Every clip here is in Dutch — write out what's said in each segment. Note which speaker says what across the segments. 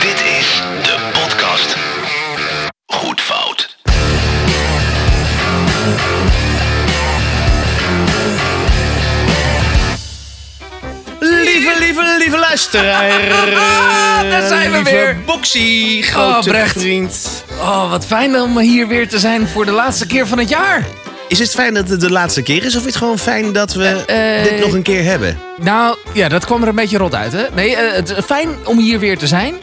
Speaker 1: Dit is de podcast Goed Fout.
Speaker 2: Lieve, lieve, lieve luisteraar.
Speaker 3: Daar zijn we
Speaker 2: lieve
Speaker 3: weer.
Speaker 2: Boxy, grote
Speaker 3: Oh, Brecht.
Speaker 2: vriend.
Speaker 3: Oh, wat fijn om hier weer te zijn voor de laatste keer van het jaar.
Speaker 2: Is het fijn dat het de laatste keer is? Of is het gewoon fijn dat we
Speaker 3: Eh, eh,
Speaker 2: dit nog een keer hebben?
Speaker 3: Nou, ja, dat kwam er een beetje rot uit, hè? Nee, eh, het is fijn om hier weer te zijn.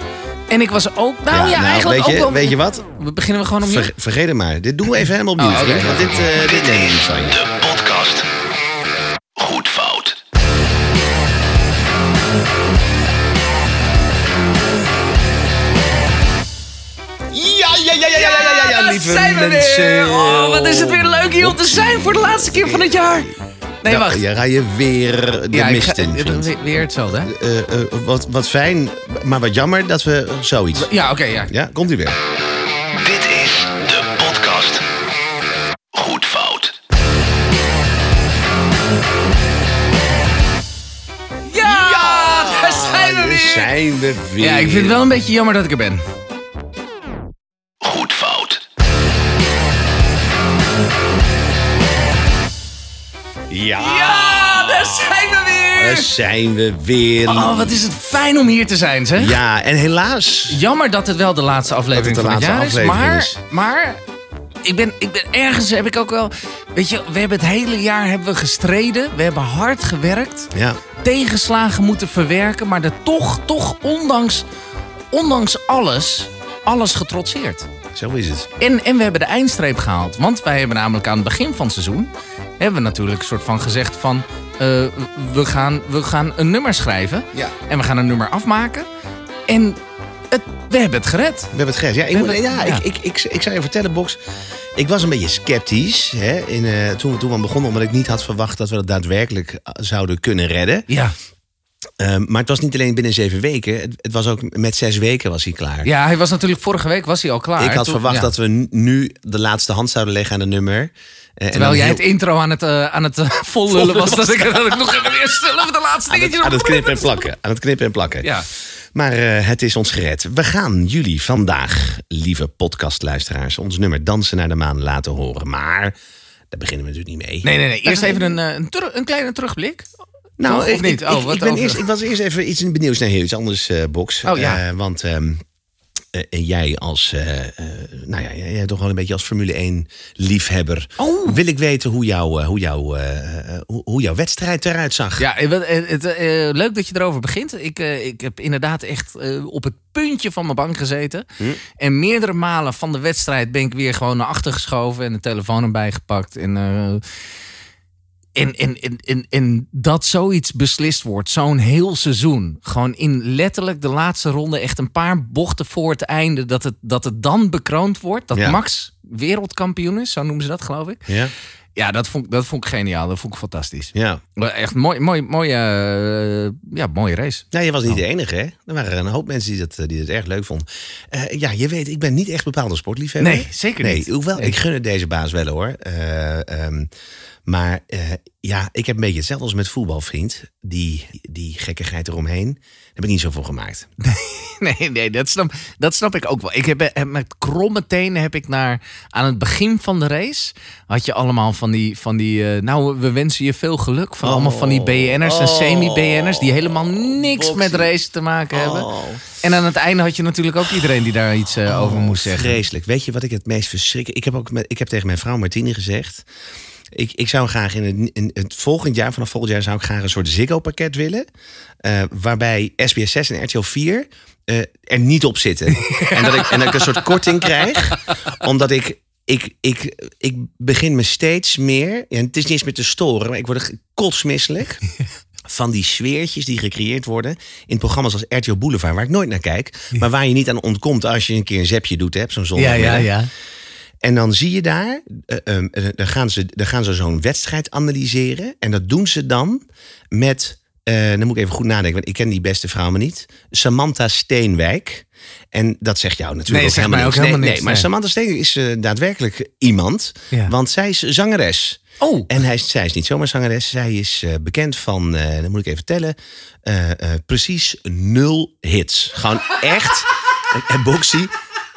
Speaker 3: En ik was ook... Nou ja,
Speaker 2: nou,
Speaker 3: eigenlijk
Speaker 2: weet je,
Speaker 3: ook wel...
Speaker 2: Weet je wat?
Speaker 3: We beginnen we gewoon opnieuw.
Speaker 2: Ver- vergeet het maar. Dit doen we even helemaal opnieuw,
Speaker 3: Oh, oké.
Speaker 2: vriend, Want dit, eh, dit
Speaker 1: Dit
Speaker 2: nemen we niet
Speaker 1: is
Speaker 2: van je.
Speaker 1: de podcast Goed Fout.
Speaker 2: Ja, ja, ja, ja, ja, ja, ja, ja,
Speaker 3: daar
Speaker 2: lieve
Speaker 3: zijn we
Speaker 2: mensen.
Speaker 3: weer. Oh, wat is het weer leuk hier om te zijn voor de laatste keer van het jaar. Nee,
Speaker 2: Nou,
Speaker 3: wacht.
Speaker 2: Ja, ga je weer de
Speaker 3: ik
Speaker 2: mist
Speaker 3: ga- eh,
Speaker 2: in, vriend.
Speaker 3: weer- Weer hetzelfde, hè?
Speaker 2: Eh, eh, wat, wat fijn, maar wat jammer dat we zoiets...
Speaker 3: Ja, oké, ja.
Speaker 2: Ja, komt ie weer.
Speaker 1: Dit is de podcast Goed Fout.
Speaker 3: Ja, daar zijn we
Speaker 2: Hier
Speaker 3: weer.
Speaker 2: zijn we weer.
Speaker 3: Ja, ik vind het wel een beetje jammer dat ik er ben.
Speaker 1: Goed Fout.
Speaker 2: Ja,
Speaker 3: Ja, Ah, daar zijn we
Speaker 2: daar
Speaker 3: weer.
Speaker 2: zijn we weer.
Speaker 3: Oh, wat is het fijn om hier te zijn, zeg.
Speaker 2: Ja, en helaas.
Speaker 3: Jammer dat het wel de laatste aflevering
Speaker 2: Dat het de
Speaker 3: van het
Speaker 2: laatste
Speaker 3: jaar
Speaker 2: aflevering
Speaker 3: is. Maar, maar ik, ben, ik ben ergens heb ik ook wel. Weet je, we hebben het hele jaar hebben we gestreden. We hebben hard gewerkt.
Speaker 2: Ja,
Speaker 3: Tegenslagen moeten verwerken. Maar er toch, toch, ondanks, ondanks alles, alles getrotseerd.
Speaker 2: zo is het.
Speaker 3: En, en we hebben de eindstreep gehaald. Want wij hebben namelijk aan het begin van het seizoen... hebben we natuurlijk een soort van gezegd van... eh, we, gaan, we gaan een nummer schrijven.
Speaker 2: Ja.
Speaker 3: En we gaan een nummer afmaken. En het, we hebben het gered.
Speaker 2: We hebben het gered. Ja, ik,
Speaker 3: We
Speaker 2: moet-
Speaker 3: hebben-
Speaker 2: ja,
Speaker 3: ja.
Speaker 2: Ik, ik, ik, ik zou je vertellen, Box. Ik was een beetje sceptisch hè, in, eh, toen, we- toen we aan begonnen. Omdat ik niet had verwacht dat we dat daadwerkelijk eh, zouden kunnen redden.
Speaker 3: Ja.
Speaker 2: Ehm, maar het was niet alleen binnen zeven weken. Het, het was ook met zes weken was hij klaar.
Speaker 3: ja, hij was natuurlijk vorige week was hij al klaar.
Speaker 2: ik had
Speaker 3: Toen-
Speaker 2: verwacht
Speaker 3: ja.
Speaker 2: dat we n- nu de laatste hand zouden leggen aan een nummer. Eh, en
Speaker 3: Terwijl
Speaker 2: dan
Speaker 3: jij
Speaker 2: heel-
Speaker 3: het intro aan het, eh, aan het eh, vollullen was... dat ik, dat ik nog even de eerste, de laatste
Speaker 2: aan
Speaker 3: dingetje...
Speaker 2: het, aan het knippen en plakken. Aan het knippen en plakken.
Speaker 3: Ja.
Speaker 2: Maar eh, het is ons gered. We gaan jullie vandaag, lieve podcastluisteraars, ons nummer Dansen naar de Maan laten horen. Maar daar beginnen we natuurlijk niet mee.
Speaker 3: Nee, nee, nee. Eerst even een, eh, een, ter- een kleine terugblik.
Speaker 2: nou,
Speaker 3: Toch?
Speaker 2: ik,
Speaker 3: Of niet?
Speaker 2: Ik,
Speaker 3: Oh,
Speaker 2: ik-
Speaker 3: wat
Speaker 2: ik ben
Speaker 3: over-
Speaker 2: eerst, ik was eerst even iets benieuwd naar heel iets anders, eh, Box.
Speaker 3: Oh, ja.
Speaker 2: Eh, want ehm, eh, en jij als, eh, eh, nou ja, jij jij toch wel een beetje als Formule 1 liefhebber.
Speaker 3: Oh.
Speaker 2: Wil ik weten hoe, jou, eh, hoe, jou, eh, eh, hoe, hoe jouw wedstrijd eruit zag.
Speaker 3: Ja, eh, wat, eh, het, eh, eh, leuk dat je erover begint. Ik, eh, ik heb inderdaad echt eh, op het puntje van mijn bank gezeten. En meerdere malen van de wedstrijd ben ik weer gewoon naar achter geschoven en de telefoon erbij gepakt. En, eh, en, en, en, en, en dat zoiets beslist wordt, zo'n heel seizoen. Gewoon in letterlijk de laatste ronde, echt een paar bochten voor het einde, dat het, dat het dan bekroond wordt. Dat
Speaker 2: Ja.
Speaker 3: Max wereldkampioen is, zo noemen ze dat, geloof ik.
Speaker 2: Ja?
Speaker 3: Ja, dat vond, ik- dat vond ik geniaal. Dat vond ik fantastisch.
Speaker 2: ja.
Speaker 3: Maar Echt mooi, mooi, mooi, eh, ja, mooie race.
Speaker 2: Nou, je was niet de enige, hè? Er waren een hoop mensen die dat, eh, die dat erg leuk vonden. Eh, ja, je weet, ik ben niet echt bepaald een sportliefhebber.
Speaker 3: Eh, Nee, zeker
Speaker 2: nee,
Speaker 3: niet.
Speaker 2: Hoewel,
Speaker 3: Nee.
Speaker 2: ik gun het deze baas wel, hoor. Eh, ehm, maar eh, ja, ik heb een beetje hetzelfde als met voetbalvriend. Die, die gekkigheid eromheen, daar heb ik niet zoveel gemaakt.
Speaker 3: Nee, nee, dat snap, dat snap ik ook wel. Ik heb, heb met kromme tenen heb ik naar aan het begin van de race had je allemaal van die van die eh, nou we wensen je veel geluk van allemaal van die BN'ers en semi BN'ers die helemaal niks met race te maken hebben. En aan het einde had je natuurlijk ook iedereen die daar iets eh, over moest zeggen.
Speaker 2: Oh, Vreselijk. Weet je wat ik het meest verschrikkelijk... Ik heb, ook met, ik heb tegen mijn vrouw Martine gezegd... Ik, ik zou graag in het, in het volgend jaar, vanaf volgend jaar... zou ik graag een soort Ziggo-pakket willen... eh, waarbij SBS 6 en RTL 4 eh, er niet op zitten. en, dat ik, en dat ik een soort korting krijg... omdat ik... Ik, ik, ik begin me steeds meer... En het is niet eens meer te storen, maar ik word er kotsmisselijk... van die sfeertjes die gecreëerd worden in programma's als RTL Boulevard, waar ik nooit naar kijk, maar waar je niet aan ontkomt als je een keer een zepje doet, hè, op zo'n
Speaker 3: Ja,
Speaker 2: zondagmiddag.
Speaker 3: ja, ja.
Speaker 2: En dan zie je daar, eh, eh, eh, dan gaan ze, dan gaan ze zo'n wedstrijd analyseren en dat doen ze dan met, eh, dan moet ik even goed nadenken, want ik ken die beste vrouw maar niet, Samantha Steenwijk. En dat zegt jou natuurlijk
Speaker 3: Nee,
Speaker 2: ook,
Speaker 3: zegt
Speaker 2: helemaal, niks.
Speaker 3: mij ook
Speaker 2: Nee,
Speaker 3: helemaal
Speaker 2: nee,
Speaker 3: niks,
Speaker 2: maar Samantha
Speaker 3: nee.
Speaker 2: Steenwijk is eh, daadwerkelijk iemand,
Speaker 3: Ja.
Speaker 2: want zij is zangeres.
Speaker 3: Oh,
Speaker 2: En hij, is- zij is niet zomaar zangeres. Zij is eh, bekend van, eh dat moet ik even tellen, eh, eh, precies nul hits. Gewoon echt en Boxy.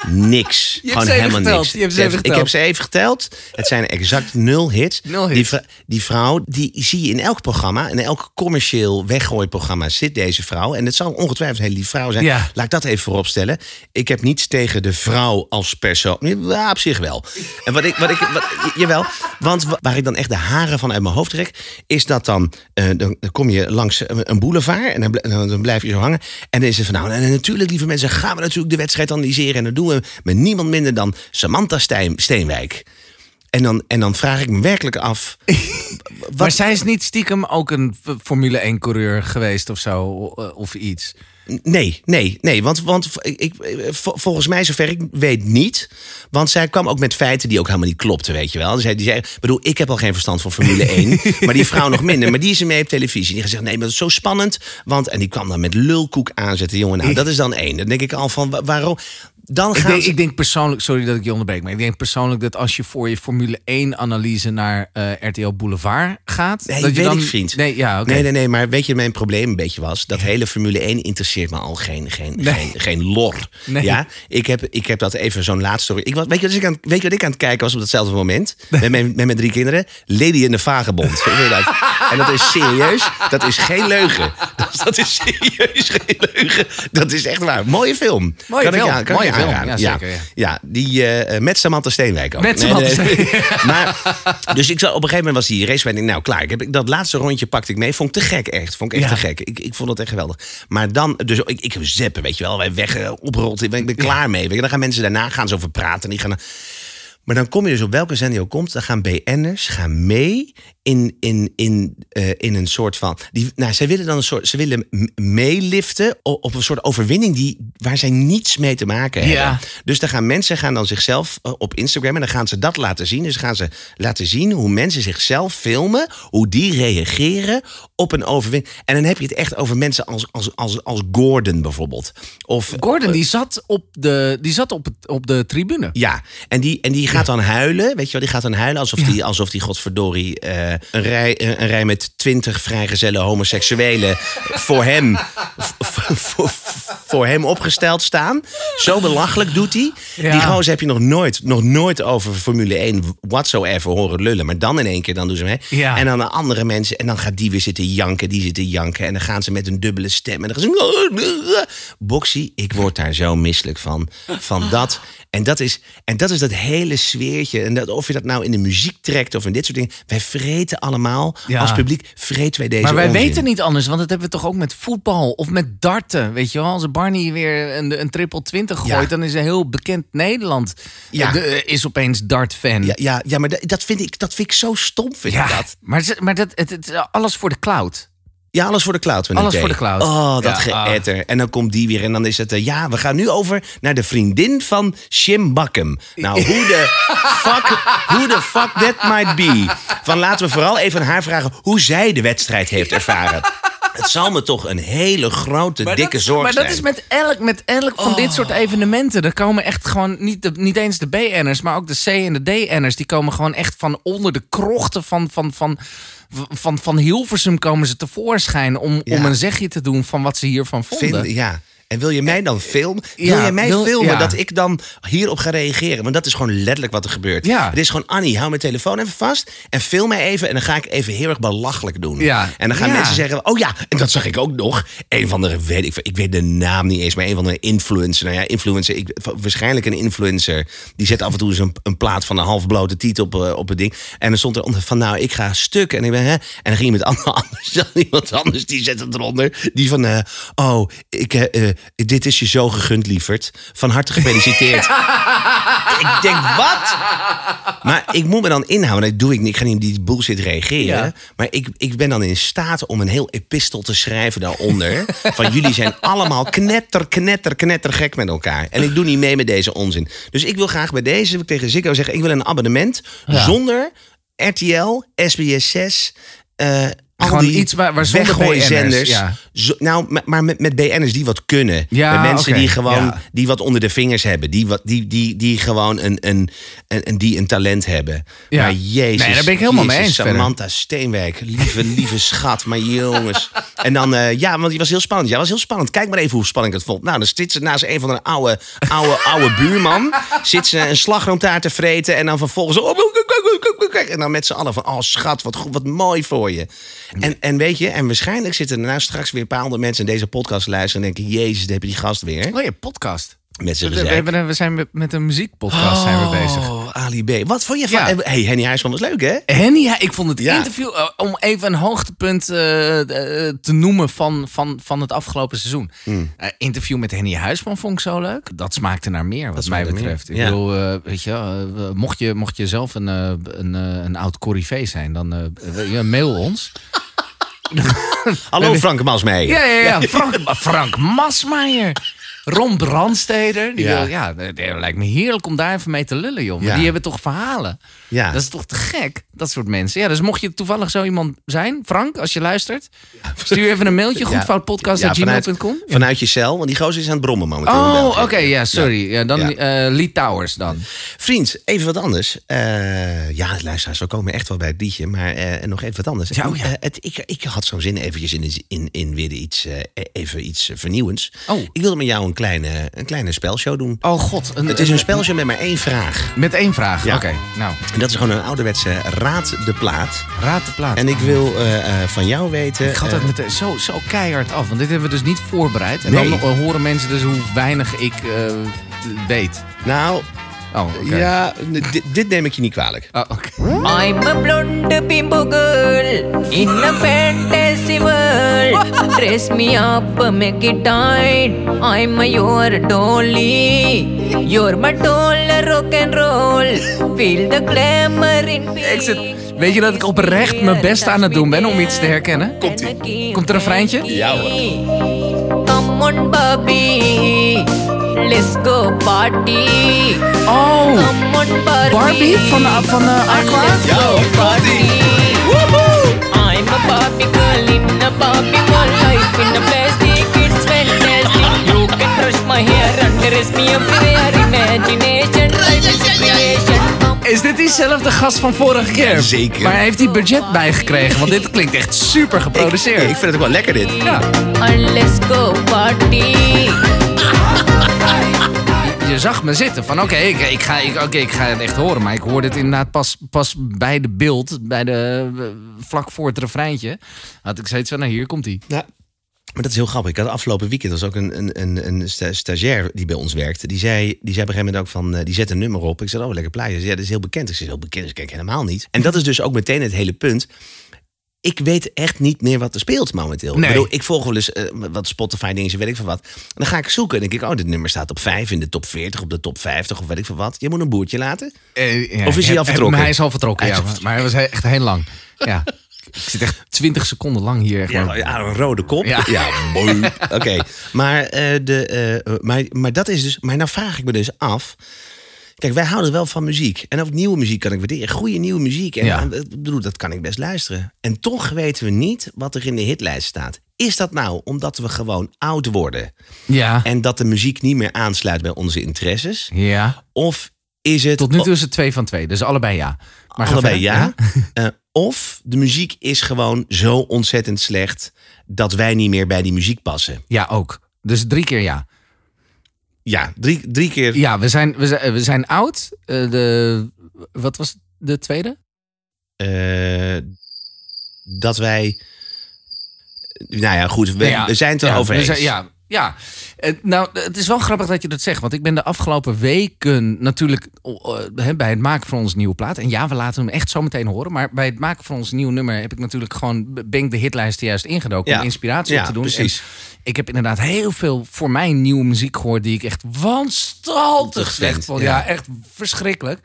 Speaker 2: Niks.
Speaker 3: hebt
Speaker 2: Gewoon
Speaker 3: ze even
Speaker 2: helemaal
Speaker 3: geteld.
Speaker 2: niks.
Speaker 3: Je hebt ze
Speaker 2: Ik
Speaker 3: even
Speaker 2: heb- Ik
Speaker 3: geteld.
Speaker 2: heb ze even geteld. Het zijn exact nul hits.
Speaker 3: Nul hits.
Speaker 2: Die, vrou- die vrouw, die zie je in elk programma, in elk commercieel weggooiprogramma zit deze vrouw. En het zal ongetwijfeld een hele lieve vrouw zijn.
Speaker 3: Ja.
Speaker 2: Laat ik dat even vooropstellen. Ik heb niets tegen de vrouw als persoon. Ja, op zich wel. En wat ik, wat ik, wat, jawel. Want wa- waar ik dan echt de haren van uit mijn hoofd trek, is dat dan, eh, dan dan kom je langs eh, een een boulevard en dan, bl- dan dan blijf je zo hangen. En dan is het van, nou, en natuurlijk, lieve mensen, gaan we natuurlijk de wedstrijd analyseren. En dat doen we met niemand minder dan Samantha Stijn, Steenwijk. En dan, en dan vraag ik me werkelijk af.
Speaker 3: Maar zij is niet stiekem ook een v- Formule 1-coureur geweest of zo, o- eh, of iets.
Speaker 2: Nee, nee, nee. Want, want ik, ik- vol- volgens mij, zover ik weet, niet. Want zij kwam ook met feiten die ook helemaal niet klopten, weet je wel. Dus hij, die zei, ik bedoel, ik heb al geen verstand van Formule 1. maar die vrouw nog minder. Maar die is ermee op televisie. Die gezegd, nee, maar dat is zo spannend. Want, en die kwam dan met lulkoek aanzetten. Jongen, nou, dat is dan één. Dan denk ik al van, wa- waarom... Dan
Speaker 3: Ik
Speaker 2: gaan
Speaker 3: denk,
Speaker 2: ze-
Speaker 3: ik denk persoonlijk, sorry dat ik je onderbreek, maar ik denk persoonlijk dat als je voor je Formule 1-analyse naar eh, RTL Boulevard gaat,
Speaker 2: Nee,
Speaker 3: dat je
Speaker 2: weet
Speaker 3: dan
Speaker 2: ik, vriend.
Speaker 3: Nee, ja, Ah, oké.
Speaker 2: Nee, nee, nee, maar weet je, mijn probleem een beetje was... dat hele Formule 1 interesseert me al geen, geen, geen, geen lor.
Speaker 3: Nee.
Speaker 2: Ja? Ik, heb, ik heb dat even zo'n laatste... Ik was, weet, je wat ik aan, weet je wat ik aan het kijken was op datzelfde moment? Met mijn, met mijn drie kinderen? Lady in de Vagebond. Weet je dat? en dat is serieus. Dat is geen leugen. Dat, dat is serieus geen leugen. Dat is echt waar. Mooie film.
Speaker 3: Mooie
Speaker 2: ik
Speaker 3: film,
Speaker 2: aan- kan ik
Speaker 3: mooie film.
Speaker 2: aanraden?
Speaker 3: Ja, zeker, ja.
Speaker 2: Ja, die eh, met Samantha Steenwijk ook.
Speaker 3: Met Samantha
Speaker 2: maar, dus ik zat, op een gegeven moment was die race ik, nou klaar. Ik heb, dat laatste rondje pakte ik mee. Vond ik te gek echt. Vond ik echt
Speaker 3: Ja.
Speaker 2: te gek. Ik, ik vond dat echt geweldig. Maar dan, dus ik, ik zeppen, weet je wel. Wij weg, eh, oprolt. Ik ben, ik ben klaar mee. Weet je, dan gaan mensen daarna gaan ze over praten. En die gaan, maar dan kom je dus op welke zender je ook komt, dan gaan BN'ers gaan mee in, in, in, eh, in een soort van. Die, nou, zij willen dan een soort. Ze willen m- meeliften o- op, een soort overwinning die, waar zij niets mee te maken hebben.
Speaker 3: Ja.
Speaker 2: Dus dan gaan mensen gaan dan zichzelf eh, op Instagram en dan gaan ze dat laten zien. Dus gaan ze laten zien hoe mensen zichzelf filmen, hoe die reageren op een overwinning. En dan heb je het echt over mensen als, als, als, als Gordon bijvoorbeeld. Of,
Speaker 3: Gordon die zat op de, die zat op, het- op de tribune.
Speaker 2: ja, en die, en die gaat dan huilen. Weet je wel, die gaat dan huilen alsof die, alsof die godverdorie eh, een, rij, een, een rij met twintig vrijgezelle homoseksuelen voor hem, voor, voor, voor hem opgesteld staan. Zo belachelijk doet hij.
Speaker 3: Ja.
Speaker 2: Die gozer heb je nog nooit, nog nooit over Formule 1 whatsoever horen lullen. Maar dan in één keer, dan doen ze mee.
Speaker 3: Ja.
Speaker 2: En dan de andere mensen. En dan gaat die weer zitten janken, die zitten janken. En dan gaan ze met een dubbele stem. En dan gaan ze... Boxy, ik word daar zo misselijk van. Van dat. En dat is, en dat, is dat hele sfeertje. En dat, of je dat nou in de muziek trekt of in dit soort dingen. Wij vreten allemaal,
Speaker 3: Ja.
Speaker 2: als publiek, vreten wij deze
Speaker 3: Maar wij
Speaker 2: onzin.
Speaker 3: weten niet anders, want dat hebben we toch ook met voetbal of met darten. Weet je wel, als Barney weer een, een triple 20
Speaker 2: Ja.
Speaker 3: gooit, dan is een heel bekend Nederland.
Speaker 2: Ja.
Speaker 3: De- eh, is opeens dart-fan.
Speaker 2: Ja, ja, ja maar dat, dat vind ik, dat vind ik zo stom, vind
Speaker 3: Ja,
Speaker 2: ik dat.
Speaker 3: maar, ze- maar dat, het, het is alles voor de cloud.
Speaker 2: Ja, alles voor de cloud. meneer
Speaker 3: Alles
Speaker 2: T.
Speaker 3: voor de cloud.
Speaker 2: Oh, dat
Speaker 3: Ja, ah.
Speaker 2: geëtter. En dan komt die weer en dan is het... eh, ja, we gaan nu over naar de vriendin van Shim Bakkum. Nou, hoe de fuck, hoe de fuck that might be. Van laten we vooral even aan haar vragen hoe zij de wedstrijd heeft ervaren. Het zal me toch een hele grote, dikke
Speaker 3: dat,
Speaker 2: zorg
Speaker 3: Maar
Speaker 2: zijn.
Speaker 3: dat is met elk, met elk van dit soort evenementen. Er komen echt gewoon niet, de, niet eens de BN'ers, maar ook de C- en de D-n'ers. Die komen gewoon echt van onder de krochten van, van, van, van, van Hilversum komen ze tevoorschijn. Om,
Speaker 2: Ja.
Speaker 3: om een zegje te doen van wat ze hiervan vonden.
Speaker 2: Vind- ja. En wil je mij dan filmen?
Speaker 3: Eh, ja,
Speaker 2: wil je mij
Speaker 3: wil-
Speaker 2: filmen
Speaker 3: ja.
Speaker 2: dat ik dan hierop ga reageren? Want dat is gewoon letterlijk wat er gebeurt.
Speaker 3: Ja.
Speaker 2: Het is gewoon, Annie, hou mijn telefoon even vast en film mij even. En dan ga ik even heel erg belachelijk doen.
Speaker 3: Ja.
Speaker 2: En dan gaan
Speaker 3: Ja.
Speaker 2: mensen zeggen, oh ja, en dat zag ik ook nog. Een van de, weet ik, ik weet de naam niet eens, maar een van de influencer. Nou ja, influencer, ik, wa- waarschijnlijk een influencer. Die zet af en toe eens een, een plaat van een halfblote titel op, eh, op het ding. En dan stond er onder van, nou, ik ga stuk. En, ik ben, hè? en dan ging iemand anders, dan iemand anders, die zet het eronder. Die van, eh, oh, ik, eh, eh, dit is je zo gegund, lieverd. Van harte gefeliciteerd. ik denk, wat? Maar ik moet me dan inhouden. Dat doe ik niet. Ik ga niet op die bullshit reageren.
Speaker 3: Ja.
Speaker 2: Maar ik, ik ben dan in staat om een heel epistel te schrijven daaronder. van jullie zijn allemaal knetter, knetter, knetter gek met elkaar. En ik doe niet mee met deze onzin. Dus ik wil graag bij deze wil ik tegen Ziggo zeggen... ik wil een abonnement
Speaker 3: Ja.
Speaker 2: zonder RTL, SBS6... eh, al
Speaker 3: Gewoon
Speaker 2: die
Speaker 3: iets waar- waar zonder
Speaker 2: weggooizenders.
Speaker 3: BN'ers, ja.
Speaker 2: zo- nou, maar- maar met, met BN'ers die wat kunnen.
Speaker 3: Ja,
Speaker 2: met mensen
Speaker 3: oké,
Speaker 2: die gewoon
Speaker 3: ja.
Speaker 2: die wat onder de vingers hebben. Die, wat, die, die, die gewoon een, een, een, een- die een talent hebben.
Speaker 3: Ja.
Speaker 2: Maar jezus.
Speaker 3: Nee, daar ben ik helemaal mee
Speaker 2: jezus,
Speaker 3: eens verder.
Speaker 2: Samantha Steenwerk. Lieve, lieve schat. Maar jongens. En dan, eh, ja, want die was heel spannend. Ja, was heel spannend. Kijk maar even hoe spannend ik het vond. Nou, dan zit ze naast een van de oude, oude, oude buurman. Zit ze een slagroomtaart te vreten. En dan vervolgens... oh, kijk, kijk, kijk, kijk, kijk. En dan met z'n allen van... Oh, schat, wat, goed, wat mooi voor je. En, en weet je, en waarschijnlijk zitten daarna straks weer bepaalde mensen... in deze podcast luisteren en denken... Jezus, daar heb je die gast weer.
Speaker 3: Oh ja, podcast.
Speaker 2: Met zijn
Speaker 3: We,
Speaker 2: gezeik.
Speaker 3: hebben, een- we zijn met- met een muziekpodcast zijn we bezig.
Speaker 2: Oh, Ali B. Wat vond je van...
Speaker 3: Ja.
Speaker 2: Hey, Henny Huisman was leuk, hè?
Speaker 3: Henny, ja, ik vond het
Speaker 2: Ja.
Speaker 3: interview, eh, om even een hoogtepunt eh, eh, te noemen van, van, van het afgelopen seizoen.
Speaker 2: Hmm.
Speaker 3: Eh, interview met Henny Huisman vond ik zo leuk. Dat smaakte naar meer, wat mij
Speaker 2: smaakte naar
Speaker 3: betreft.
Speaker 2: meer,
Speaker 3: Ik
Speaker 2: ja.
Speaker 3: bedoel, eh, weet je, eh, mocht, je, mocht je zelf een, eh, een, eh, een oud corrivee zijn, dan eh, ja, mail ons.
Speaker 2: Hallo, Frank Masmeijer.
Speaker 3: Ja, ja, ja. Frank, Frank Masmeijer. Ron Brandsteder. Die
Speaker 2: Ja.
Speaker 3: wil- ja, dat dat lijkt me heerlijk om daar even mee te lullen, joh. Maar
Speaker 2: Ja.
Speaker 3: die hebben toch verhalen?
Speaker 2: Ja.
Speaker 3: Dat is toch te gek, dat soort mensen. Ja, dus mocht je toevallig zo iemand zijn, Frank, als je luistert, stuur even een mailtje, goedfoutpodcast.gmail.com.
Speaker 2: Vanuit, vanuit je cel, want die gozer is aan het brommen momenteel. in
Speaker 3: Oh, oké,
Speaker 2: België.
Speaker 3: ja, sorry. Ja, dan
Speaker 2: Ja.
Speaker 3: eh, Lee Towers dan.
Speaker 2: Vriend, even wat anders. Eh, ja, luisteraars, we komen echt wel bij het liedje, maar eh, nog even wat anders.
Speaker 3: Ja, oh ja.
Speaker 2: Eh, het, ik, ik had zo'n zin eventjes in, in, in weer iets, eh, even iets eh, vernieuwends.
Speaker 3: Oh.
Speaker 2: Ik wilde met jou een kleine, een kleine spelshow doen.
Speaker 3: Oh god, een,
Speaker 2: Het is een spelshow met maar één vraag.
Speaker 3: met één vraag.
Speaker 2: Ja.
Speaker 3: Oké, nou,
Speaker 2: En dat is gewoon een ouderwetse raad de plaat.
Speaker 3: raad de plaat.
Speaker 2: En ik wil eh, eh, van jou weten...
Speaker 3: Ik had
Speaker 2: eh,
Speaker 3: het meteen zo, zo keihard af, want dit hebben we dus niet voorbereid. En
Speaker 2: Nee.
Speaker 3: dan eh, horen mensen dus hoe weinig ik eh, weet.
Speaker 2: nou,
Speaker 3: Oh, oké.
Speaker 2: ja, n- dit- dit neem ik je niet kwalijk.
Speaker 3: Oh, oké.
Speaker 4: I'm a blonde bimbo girl in a fantasy world. Dress me up, make it tight. I'm your dolly. You're my doll, rock and roll. Feel the glamour in me.
Speaker 3: Ik zit- weet je dat ik oprecht mijn best aan het doen ben om iets te herkennen?
Speaker 4: Komt-ie.
Speaker 3: Komt er een refreintje?
Speaker 2: Ja, hoor.
Speaker 4: Come on, Barbie. Let's go party.
Speaker 3: Oh!
Speaker 4: Come on, Barbie.
Speaker 3: Barbie van, eh, van eh, Aqua?
Speaker 4: I'm a Barbie girl in a Barbie world Life in a plastic, it's fantastic You can brush my hair, undress me everywhere Imagination, life is a creation
Speaker 3: Is dit diezelfde gast van vorige keer?
Speaker 2: Zeker.
Speaker 3: Maar hij heeft hij budget bijgekregen? Want dit klinkt echt super geproduceerd.
Speaker 2: Ik, ik vind het ook wel lekker, dit.
Speaker 3: ja.
Speaker 4: And let's go party
Speaker 3: Je zag me zitten van oké, ik, ik, ga, ik, oké, ik ga het echt horen. Maar ik hoorde het inderdaad pas, pas bij de beeld, bij de, eh, vlak voor het refreintje. Had ik zoiets van, nou hier komt hij.
Speaker 2: Ja. Maar dat is heel grappig. Ik had afgelopen weekend was ook een, een, een, een sta- stagiair die bij ons werkte. Die zei, die zei op een gegeven moment ook van, eh, die zet een nummer op. Ik zei, oh, lekker plaatje. Hij zei, Ja, dat is heel bekend. Ik zei, heel bekend is kijk helemaal niet. En dat is dus ook meteen het hele punt. Ik weet echt niet meer wat er speelt momenteel.
Speaker 3: Nee.
Speaker 2: Ik bedoel, ik volg wel eens eh, wat Spotify dingen, weet ik van wat. En dan ga ik zoeken en denk ik, oh, dit nummer staat op 5 in de top 40, op de top 50 of weet ik van wat. Je moet een boertje laten. Of is Eh, hij al vertrokken?
Speaker 3: hij is al vertrokken,
Speaker 2: Hij is
Speaker 3: ja.
Speaker 2: al
Speaker 3: maar- Maar hij was he- echt heel lang. Ja. Ik zit echt 20 seconden lang hier. Echt
Speaker 2: Ja,
Speaker 3: maar-
Speaker 2: ja, een rode kop.
Speaker 3: Ja.
Speaker 2: Ja, mooi. Oké, maar, eh, de, eh, maar, maar dat is dus. Maar nou vraag ik me dus af. Kijk, wij houden wel van muziek. En ook nieuwe muziek kan ik waarderen. Goede nieuwe muziek. En
Speaker 3: Ja.
Speaker 2: eh, ik bedoel, dat kan ik best luisteren. En toch weten we niet wat er in de hitlijst staat. Is dat nou omdat we gewoon oud worden
Speaker 3: Ja.
Speaker 2: en dat de muziek niet meer aansluit bij onze interesses?
Speaker 3: ja.
Speaker 2: Of is het.
Speaker 3: Tot nu toe is het twee van twee, dus allebei ja. Maar ga
Speaker 2: Oh. Allebei
Speaker 3: verder.
Speaker 2: ja. Eh, of de muziek is gewoon zo ontzettend slecht dat wij niet meer bij die muziek passen.
Speaker 3: Ja, ook. Dus drie keer ja.
Speaker 2: Ja, drie, drie keer.
Speaker 3: Ja, we zijn, we zijn, we zijn oud. Eh, de, wat was de tweede?
Speaker 2: eh, dat wij. Nou ja, goed, we,
Speaker 3: Ja,
Speaker 2: we zijn het
Speaker 3: ja,
Speaker 2: erover
Speaker 3: we
Speaker 2: eens.
Speaker 3: zijn- Ja, ja. Eh, nou, het is wel grappig dat je dat zegt. Want ik ben de afgelopen weken natuurlijk oh, eh, hè, bij het maken van ons nieuwe plaat. En ja, we laten hem echt zo meteen horen. Maar bij het maken van ons nieuw nummer heb ik natuurlijk gewoon... ben ik de hitlijsten juist ingedoken
Speaker 2: Ja.
Speaker 3: om inspiratie op
Speaker 2: Ja,
Speaker 3: te doen.
Speaker 2: precies.
Speaker 3: En ik heb inderdaad heel veel voor mij nieuwe muziek gehoord... die ik echt wanstaltig slecht
Speaker 2: vind,
Speaker 3: vond.
Speaker 2: ja.
Speaker 3: ja, echt verschrikkelijk.